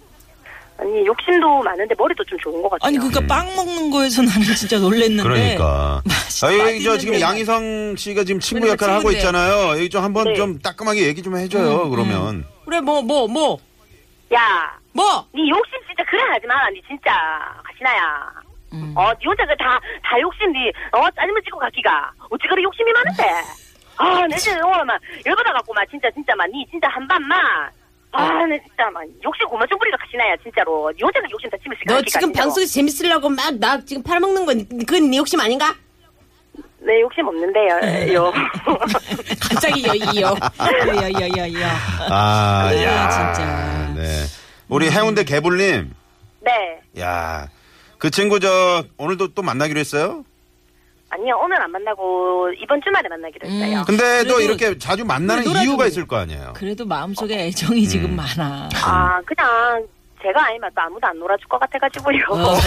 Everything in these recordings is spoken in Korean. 아니 욕심도 많은데 머리도 좀 좋은 것 같아요. 아니 그러니까 빵 먹는 거에서 나는 진짜 음. 놀랬는데. 그러니까. 맛있- 아, 여기 저 맛있는데. 지금 양희성 씨가 지금 친구 그러니까 역할을 하고 친구인데. 있잖아요. 여기 좀 한번 네. 좀 따끔하게 얘기 좀 해줘요, 그러면. 그래, 뭐, 뭐, 뭐, 야, 뭐. 네 욕심 진짜 그래 하지 마라. 네 진짜 가시나야. 음. 어, 네 혼자 그다다 욕심 네 어, 짜증을 찍고 가기가 어찌 그리 욕심이 많은데. 아, 내 진짜 오늘 막 열받아 갖고 막 진짜 진짜 막네 진짜 한 밤만. 아, 내 진짜 막 욕심 고만 좀 부리가 가시나야 진짜로. 네 혼자 그 욕심 다 치면 시간 너 지금 방송에서 재밌으려고 막, 나 지금 팔아먹는 건, 그건 네 욕심 아닌가? 네 욕심 없는데요. 요. 갑자기 여이요. 야야야야야. 아, 네, 야. 진짜. 네. 우리 해운대 개불님. 네. 야. 그 친구 저 오늘도 또 만나기로 했어요? 아니요 오늘 안 만나고 이번 주말에 만나기로 했어요. 음, 근데 또 그래도- 이렇게 자주 만나는 그래, 놀아주고. 이유가 있을 거 아니에요. 그래도 마음속에 애정이 지금 많아. 아 그냥 제가 아니면 또 아무도 안 놀아줄 것 같아가지고요. 어.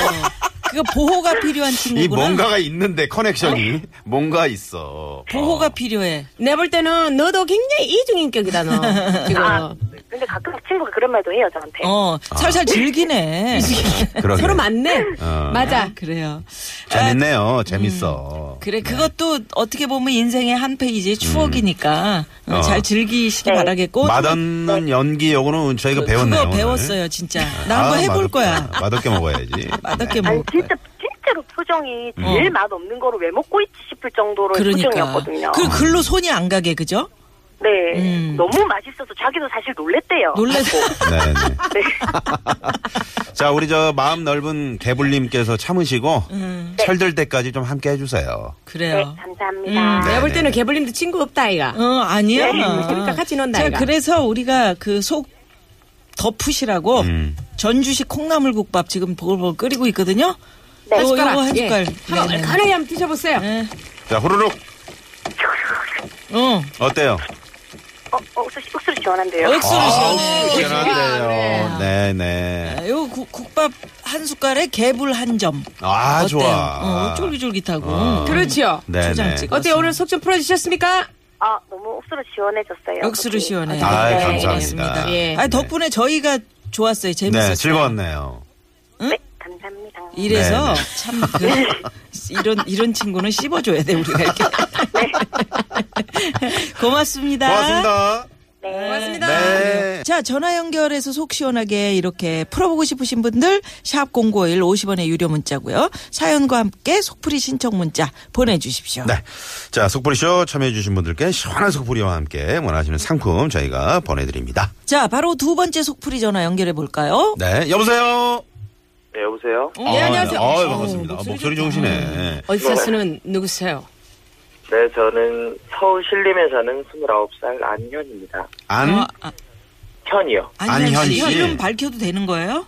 그거 보호가 필요한 이 친구구나. 뭔가가 있는데 커넥션이 뭔가 있어. 어? 보호가 어. 필요해. 내 볼 때는 너도 굉장히 이중인격이다, 너. 지금. 아 근데 가끔 친구가 그런 말도 해요 저한테. 어, 살살 즐기네. 어. 그러게. 서로 맞네. 어. 맞아. 그래요. 재밌네요. 재밌어. 아, 음. 그래, 그것도 어떻게 보면 인생의 한 페이지의 추억이니까 어, 음. 어. 잘 즐기시기 네. 바라겠고. 맛없는 연기 요거는 저희가 배웠네요. 그거 오늘. 배웠어요, 진짜. 나 한번 아, 해볼 거야. 뭐. 맛없다. 맛없게 먹어야지. 맛없게 아니 먹을 거야. 진짜 진짜로 표정이 제일 맛없는 거로 왜 먹고 있지 싶을 정도로 의 음. 그러니까. 표정이었거든요. 그 글로 손이 안 가게, 그죠? 네 음. 너무 맛있어서 자기도 사실 놀랬대요. 놀래서. 네, 네. 네. 자, 우리 저 마음 넓은 개불님께서 참으시고 음. 네. 철들 때까지 좀 함께 해주세요. 네, 그래요. 감사합니다. 음. 네, 내가 볼 때는 네. 개불림도 친구 없다, 아이가. 어, 아니야. 네, 그러니까 같이 논다, 자, 아이가. 그래서 우리가 그 속 덮으시라고 음. 전주식 콩나물국밥 지금 보글보글 끓이고 있거든요. 네. 요거, 숟가락. 요거 한 예. 숟갈. 한번 네네. 얼큰하게 한번 드셔보세요. 예. 자, 후루룩 어, 어때요? 어, 어 옥수수 옥수수 시원한데요. 억수로 아우, 시원해. 시원한데요. 네, 네. 아, 요 국- 국밥 한 숟갈에 개불 한 점. 아, 어때요? 좋아. 어, 쫄깃쫄깃하고. 어. 그렇지요. 네, 초장 네. 찍어. 음, 어때요? 오늘 속 좀 풀어주셨습니까? 아 너무 옥수수 시원해졌어요. 억수로 갑자기. 시원해. 아, 아이, 네, 감사합니다. 고맙습니다. 예. 아, 덕분에 저희가 좋았어요. 재밌었어요. 네, 즐거웠네요. 네 감사합니다. 이래서 네, 참 그, 이런 이런 친구는 씹어줘야 돼 우리가 이렇게. 고맙습니다. 고맙습니다. 고맙습니다. 네. 자, 전화 연결해서 속 시원하게 이렇게 풀어보고 싶으신 분들 샵 0951 50원의 유료 문자고요. 사연과 함께 속풀이 신청 문자 보내주십시오. 네. 자, 속보리쇼 참여해주신 분들께 시원한 속보리와 함께 원하시는 상품 저희가 보내드립니다. 자, 바로 두 번째 속풀이 전화 연결해 볼까요? 네. 여보세요? 네, 여보세요? 네, 안녕하세요. 아, 어우, 반갑습니다. 목소리 목소리 좋다. 좋으시네. 어디서 쓰는 누구세요? 네, 저는 서울 신림에 사는 29살 안현입니다. 아, 안, 현이요? 안현 씨. 이름 밝혀도 되는 거예요?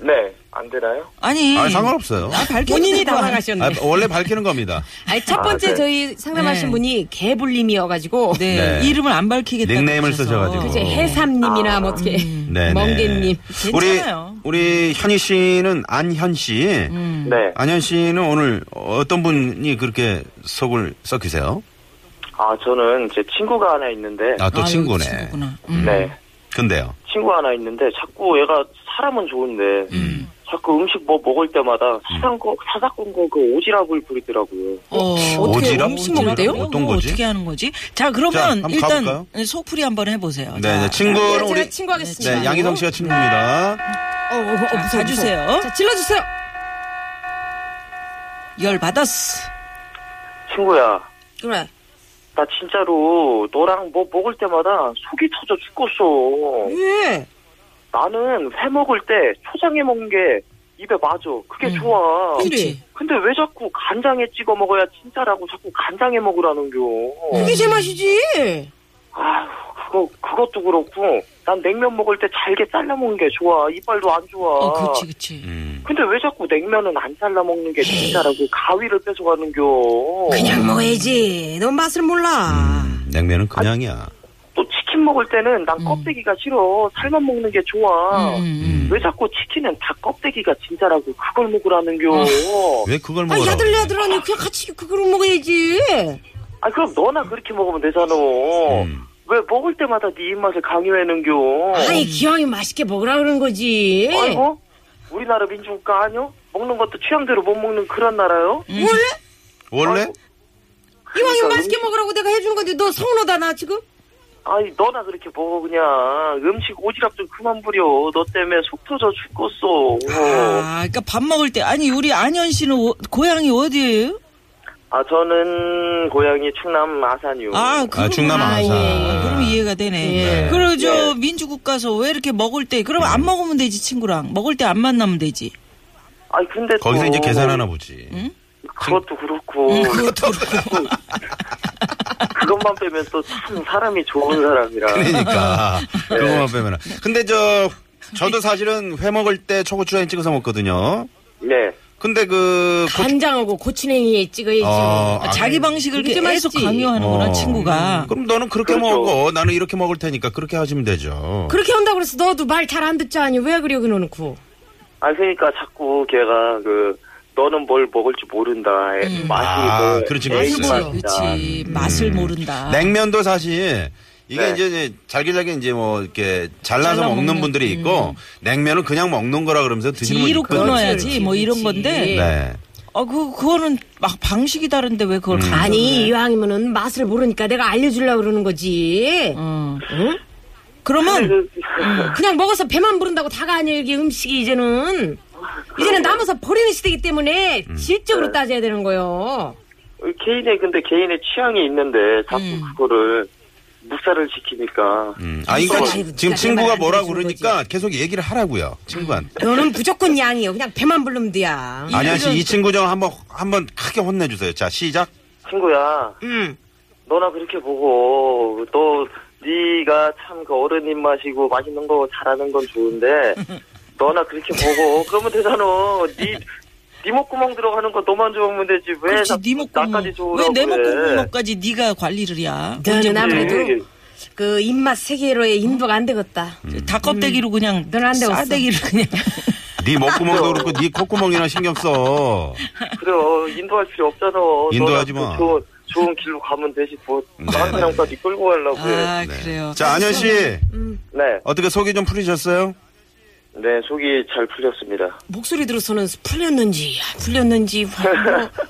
네, 안 되나요? 아니. 아, 상관없어요. 아, 밝혀도 본인이 되고 안- 음. 당황하셨네. 아, 원래 밝히는 겁니다. 아니, 첫 아, 번째 네. 저희 상담하신 네. 분이 개불님이어가지고. 네. 네. 어. 이름을 안 밝히겠다. 닉네임을 쓰셔가지고. 이제 해삼님이나 뭐 어떻게. 음. 네. 멍게님. 우리, 괜찮아요. 우리 현희 씨는 안현 씨. 음. 네. 안현 씨는 오늘 어떤 분이 그렇게 속을 썩히세요? 아, 저는 제 친구가 하나 있는데, 아, 또 친구네. 친구구나. 음. 네. 근데요. 친구 하나 있는데, 자꾸 얘가 사람은 좋은데, 자꾸 음식 뭐 먹을 때마다 사상거, 사사건거 그 오지랖을 부리더라고요. 어, 어떻게 오지랖? 음식 먹을 때요? 오지랖? 어떤 거지? 어떻게 하는 거지? 자, 자, 그러면 한번 일단 가볼까요? 속풀이 한번 해보세요. 네, 네. 자, 친구는 예, 아, 제가 우리. 친구하겠습니다. 네, 양희성 씨가 친구입니다. 어, 어, 어, 무서워, 무서워. 가주세요. 자, 질러주세요. 열 받았어. 친구야, 그래. 나 진짜로 너랑 뭐 먹을 때마다 속이 터져 죽겠어. 예. 나는 회 먹을 때 초장에 먹는 게 입에 맞아. 그게 좋아. 그치. 근데 왜 자꾸 간장에 찍어 먹어야 진짜라고 자꾸 간장에 먹으라는겨. 그게 제 맛이지. 아휴, 그거, 그것도 그렇고, 난 냉면 먹을 때 잘게 잘라 먹는 게 좋아. 이빨도 안 좋아. 어, 그렇지, 그렇지. 음. 근데 왜 자꾸 냉면은 안 잘라 먹는 게 진짜라고 가위를 뺏어가는겨. 그냥 먹어야지. 넌 맛을 아. 몰라. 아, 음, 냉면은 그냥이야. 또 치킨 먹을 때는 난 껍데기가 싫어. 살만 먹는 게 좋아. 어. 음. 왜 자꾸 치킨은 다 껍데기가 진짜라고 그걸 먹으라는겨. 왜 그걸 아, 먹어? 야들야들하니 그냥 같이 그걸 먹어야지. 아 그럼 너나 그렇게 먹으면 되잖아. 음. 왜 먹을 때마다 네 입맛을 강요하는겨? 아니, 기왕이 맛있게 먹으라 그러는 거지. 아이고 우리나라 민주국가 아니요? 먹는 것도 취향대로 못 먹는 그런 나라요? 원래? 원래? 아, 이왕이 그러니까 맛있게 먹으라고 내가 해준 건데 너 서운하다, 나 지금? 아니 너나 그렇게 먹어 그냥 음식 오지랖 좀 그만 부려. 너 때문에 속 터져 죽겠어. 아, 그러니까 밥 먹을 때 아니 우리 안현 씨는 어- 고향이 어디예요? 아 저는 고향이 충남 아산이요. 아, 아, 그럼 충남 아, 아산. 예, 그럼 이해가 되네. 예. 그리고 저 예. 민주국 가서 왜 이렇게 먹을 때 그럼 음. 안 먹으면 되지 친구랑 먹을 때 안 만나면 되지. 아니 근데 또 거기서 어. 이제 계산하나 보지. 그것도 그렇고. 그것도 그렇고. 그것만 빼면 또 참 사람이 좋은 사람이라. 그러니까 네. 그거만 빼면. 근데 저 저도 사실은 회 먹을 때 초고추장에 찍어서 먹거든요. 네. 근데 그 아, 고- 간장하고 고추냉이에 찍어야지. 어, 아, 자기 방식을 그게 좀 계속 했지. 강요하는구나 어. 뭐 친구가. 그럼 너는 그렇게 그렇죠. 먹어. 나는 이렇게 먹을 테니까 그렇게 하시면 되죠. 그렇게 한다고 그래서 너도 말 잘 안 듣자니 왜 그래 그러놓고 아 그러니까 자꾸 걔가 그 너는 뭘 먹을지 모른다. 애- 맛이 아, 뭐 그렇지, 내 그렇지. 입맛이다. 그렇지 음. 맛을 모른다. 냉면도 사실 이게 네. 이제 잘게잘게 이제 뭐 이렇게 잘라서 잘라 먹는, 먹는, 분들이 있고 냉면은 그냥 먹는 거라 그러면서 드시는 분이 이로 있거든요. 끊어야지 그렇지, 뭐 이런 그렇지. 건데. 예. 네. 아 그 그거는 막 방식이 다른데 왜 그걸 음. 강요? 아니 이왕이면은 맛을 모르니까 내가 알려주려고 그러는 거지 어. 아, 그러면 그냥 먹어서 배만 부른다고 다가 아니야 이게 음식이 이제는 이제는 남아서 버리는 시대이기 때문에 질적으로 따져야 되는 거요 개인의 근데 개인의 취향이 있는데 자꾸 음. 그거를 묵살을 시키니까 음. 아, 그러니까 그렇지, 지- 그렇지. 지금 내 친구가 말을 안 뭐라 들어주는 그러니까 계속 얘기를 하라고요. 친구한테. 너는 무조건 양이요 그냥 배만 부르면 돼야 안현 씨, 이 친구 좀 한번 한번 크게 혼내주세요. 자, 시작. 친구야 응. 음. 너나 그렇게 보고 너 네가 참 그 어른 입맛이고 맛있는 거 잘하는 건 좋은데 너나 그렇게 보고 그러면 되잖아 네, 네 목구멍 들어가는 거 너만 좋으면 되지 왜 그렇지 자꾸 네 목구멍 나까지 좋으라고 왜내 그래. 목구멍까지 네가 관리를 야? 너는 아무래도 그래. 그 입맛 세계로의 인도가 안 되겠다 닭 껍데기로 그냥 넌안 되겠어. 싸대기를 그냥 네 목구멍도 그렇고 네 콧구멍이나 신경 써. 그래요 인도할 필요 없잖아 인도하지 너나 마. 그 좋은, 좋은 길로 가면 되지 뭐 네네. 다른 사람까지 끌고 가려고 아 해. 그래요. 네. 자, 안현 씨. 네. 어떻게 속이 좀 풀리셨어요? 네, 속이 잘 풀렸습니다. 아, 목소리 들어서는 풀렸는지 안 풀렸는지 뭐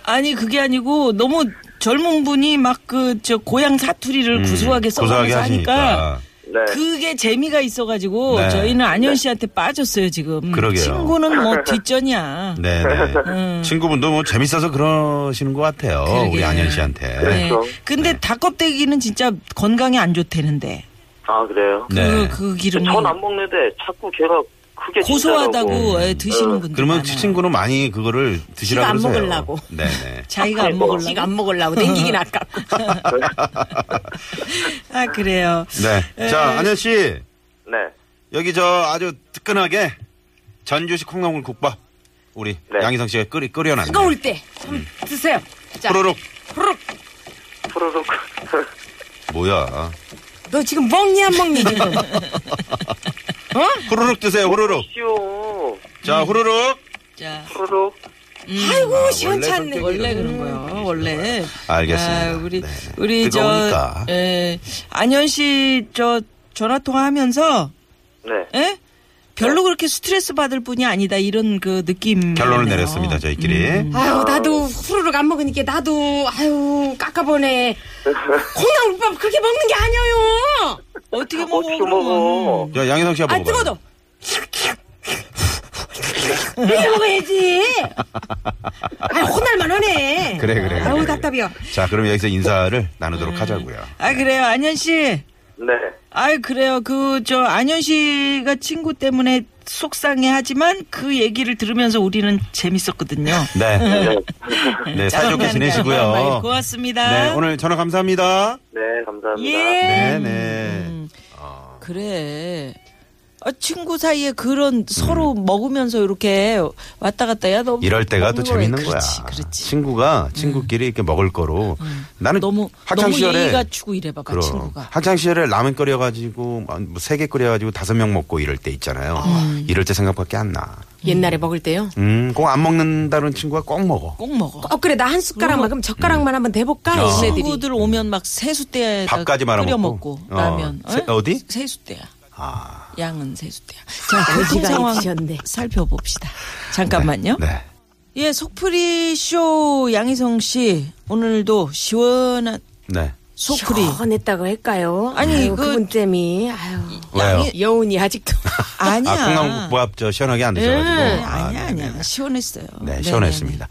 아니 그게 아니고 너무 젊은 분이 막 그 저 고향 사투리를 구수하게 음, 고소하게 써가면서 하니까 하시니까. 네. 그게 재미가 있어가지고 네. 저희는 안현 씨한테 빠졌어요 지금. 그러게요. 친구는 뭐 뒷전이야. 네네. 친구분도 뭐 재밌어서 그러시는 것 같아요. 우리 그러게. 안현 씨한테. 네. 그렇죠. 근데 닭껍데기는 진짜 건강에 안 좋대는데 아 그래요? 네. 그, 그 기름이 전 안 먹는데 자꾸 걔가 그게 진짜라고. 고소하다고 예, 드시는 분들 그러면 많아요. 그 친구는 많이 그거를 드시라고 지가 안 그러세요. 먹으려고. 네네. 자기가 아, 안 먹으려고. 먹으려고 지가 안 먹으려고 음. 땡기긴 아깝고. 아 그래요. 네. 자, 안현 씨. 네. 여기 저 아주 뜨끈하게 전주식 콩나물 국밥. 우리 네. 양희성 씨가 끓이, 끓여놨네요. 뜨거울 때. 한번 드세요. 자. 뽀로록. 후루룩. 프로로 뭐야. 너 지금 먹니 안 먹니 지금? 호로록 드세요, 호로록. 시오 자, 호로록. 자. 프로로 아이고 음. 어, 시원찮네. 음. 성격이 원래 이런 그런 거예요. 원래. 알겠습니다. 아, 우리 네. 우리 뜨거우니까. 저 예, 안현 씨 저 전화 통화하면서 네. 예? 별로 그렇게 스트레스 받을 분이 아니다 이런 그 느낌 결론을 내렸습니다, 저희끼리. 아유 나도 후루룩 안 먹으니까 나도 아유 깎아보네. 콩나물밥 그렇게 먹는 게 아니에요. 어떻게 먹어? 어떻게 그러면. 먹어? 자, 양희성 씨가 안 먹어봐요. 아, 뜨거도. 이렇게 먹어야지. 아 혼날만 하네. 그래, 그래, 그래. 아유 그래. 답답해요. 자, 그럼 여기서 인사를 나누도록 음. 하자고요. 아 그래요 안현 씨. 네. 아 그래요 그 저 안현 씨가 친구 때문에 속상해하지만 그 얘기를 들으면서 우리는 재밌었거든요. 네. 네, 네. 사이좋게 음, 짜장면 지내시고요. 말 고맙습니다. 네, 오늘 전화 감사합니다. 네, 감사합니다. 예. 음. 네, 네. 그래. 아, 친구 사이에 그런 서로 먹으면서 이렇게 왔다 갔다 야 너. 음. 이럴 때가 또 먹는 거야. 재밌는 거야. 그렇지, 그렇지. 친구가 친구끼리 이렇게 먹을 거로 나는 너무 학창 너무 시절에 예의가 추고 이래 봐봐 그럼 친구가. 학창 시절에 라면 끓여가지고 뭐 세개 끓여가지고 다섯 명 먹고 이럴 때 있잖아요. 음. 이럴 때 생각밖에 안 나. 옛날에 먹을 때요. 음, 꼭 안 먹는다는 친구가 꼭 먹어. 꼭 먹어. 어 그래 나 한 숟가락만 그럼 젓가락만 한번 대볼까? 야. 얘네들이. 친구들 오면 막 세수대에 아. 밥까지 말아 끓여 먹고. 먹고 어. 라면. 세- 어디? 세수대야. 아, 양은 세수대야. 자, 교통 어디가 상황 있으셨네. 살펴봅시다. 잠깐만요. 네. 예, 속풀이 쇼 양희성 씨 오늘도 시원한 네. 속풀이. 시원했다고 할까요? 아니, 아유, 그- 그분 땜이 아유 왜요? 양이- 여운이 아직도 아니야. 아, 콩나물국밥 저 시원하게 안 드셔가지고. 네, 아, 아니야, 네, 네, 아니야. 네. 시원했어요. 네, 네네네. 시원했습니다.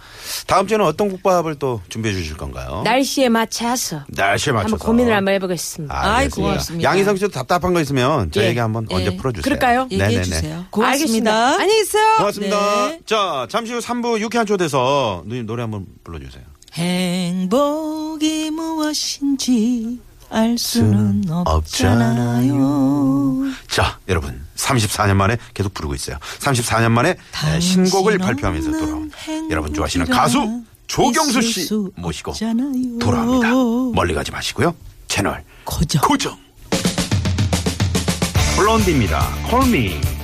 다음 주에는 어떤 국밥을 또 준비해 주실 건가요? 날씨에 맞춰서 날씨에 맞춰서. 한번 고민을 한번 해보겠습니다. 아, 아이, 알겠습니다. 고맙습니다. 예, 양희성 씨도 답답한 거 있으면 저희에게 한번 언제 풀어주세요. 그럴까요? 얘기해 네네네. 주세요. 알겠습니다. 고맙습니다. 안녕히 계세요. 고맙습니다. 네. 자, 잠시 후 3부 유쾌한 초대서 누님 노래 한번 불러주세요. 행복이 무엇인지 알 수는 없잖아요. 자, 여러분. 34년 만에 계속 부르고 있어요. 34년 만에 네, 신곡을 당신 발표하면서 없는 돌아온 행복이라 여러분 좋아하시는 가수 조경수 있을 씨 수 모시고 없잖아요. 돌아옵니다. 멀리 가지 마시고요. 채널 거저. 고정. 블론디입니다. 콜미.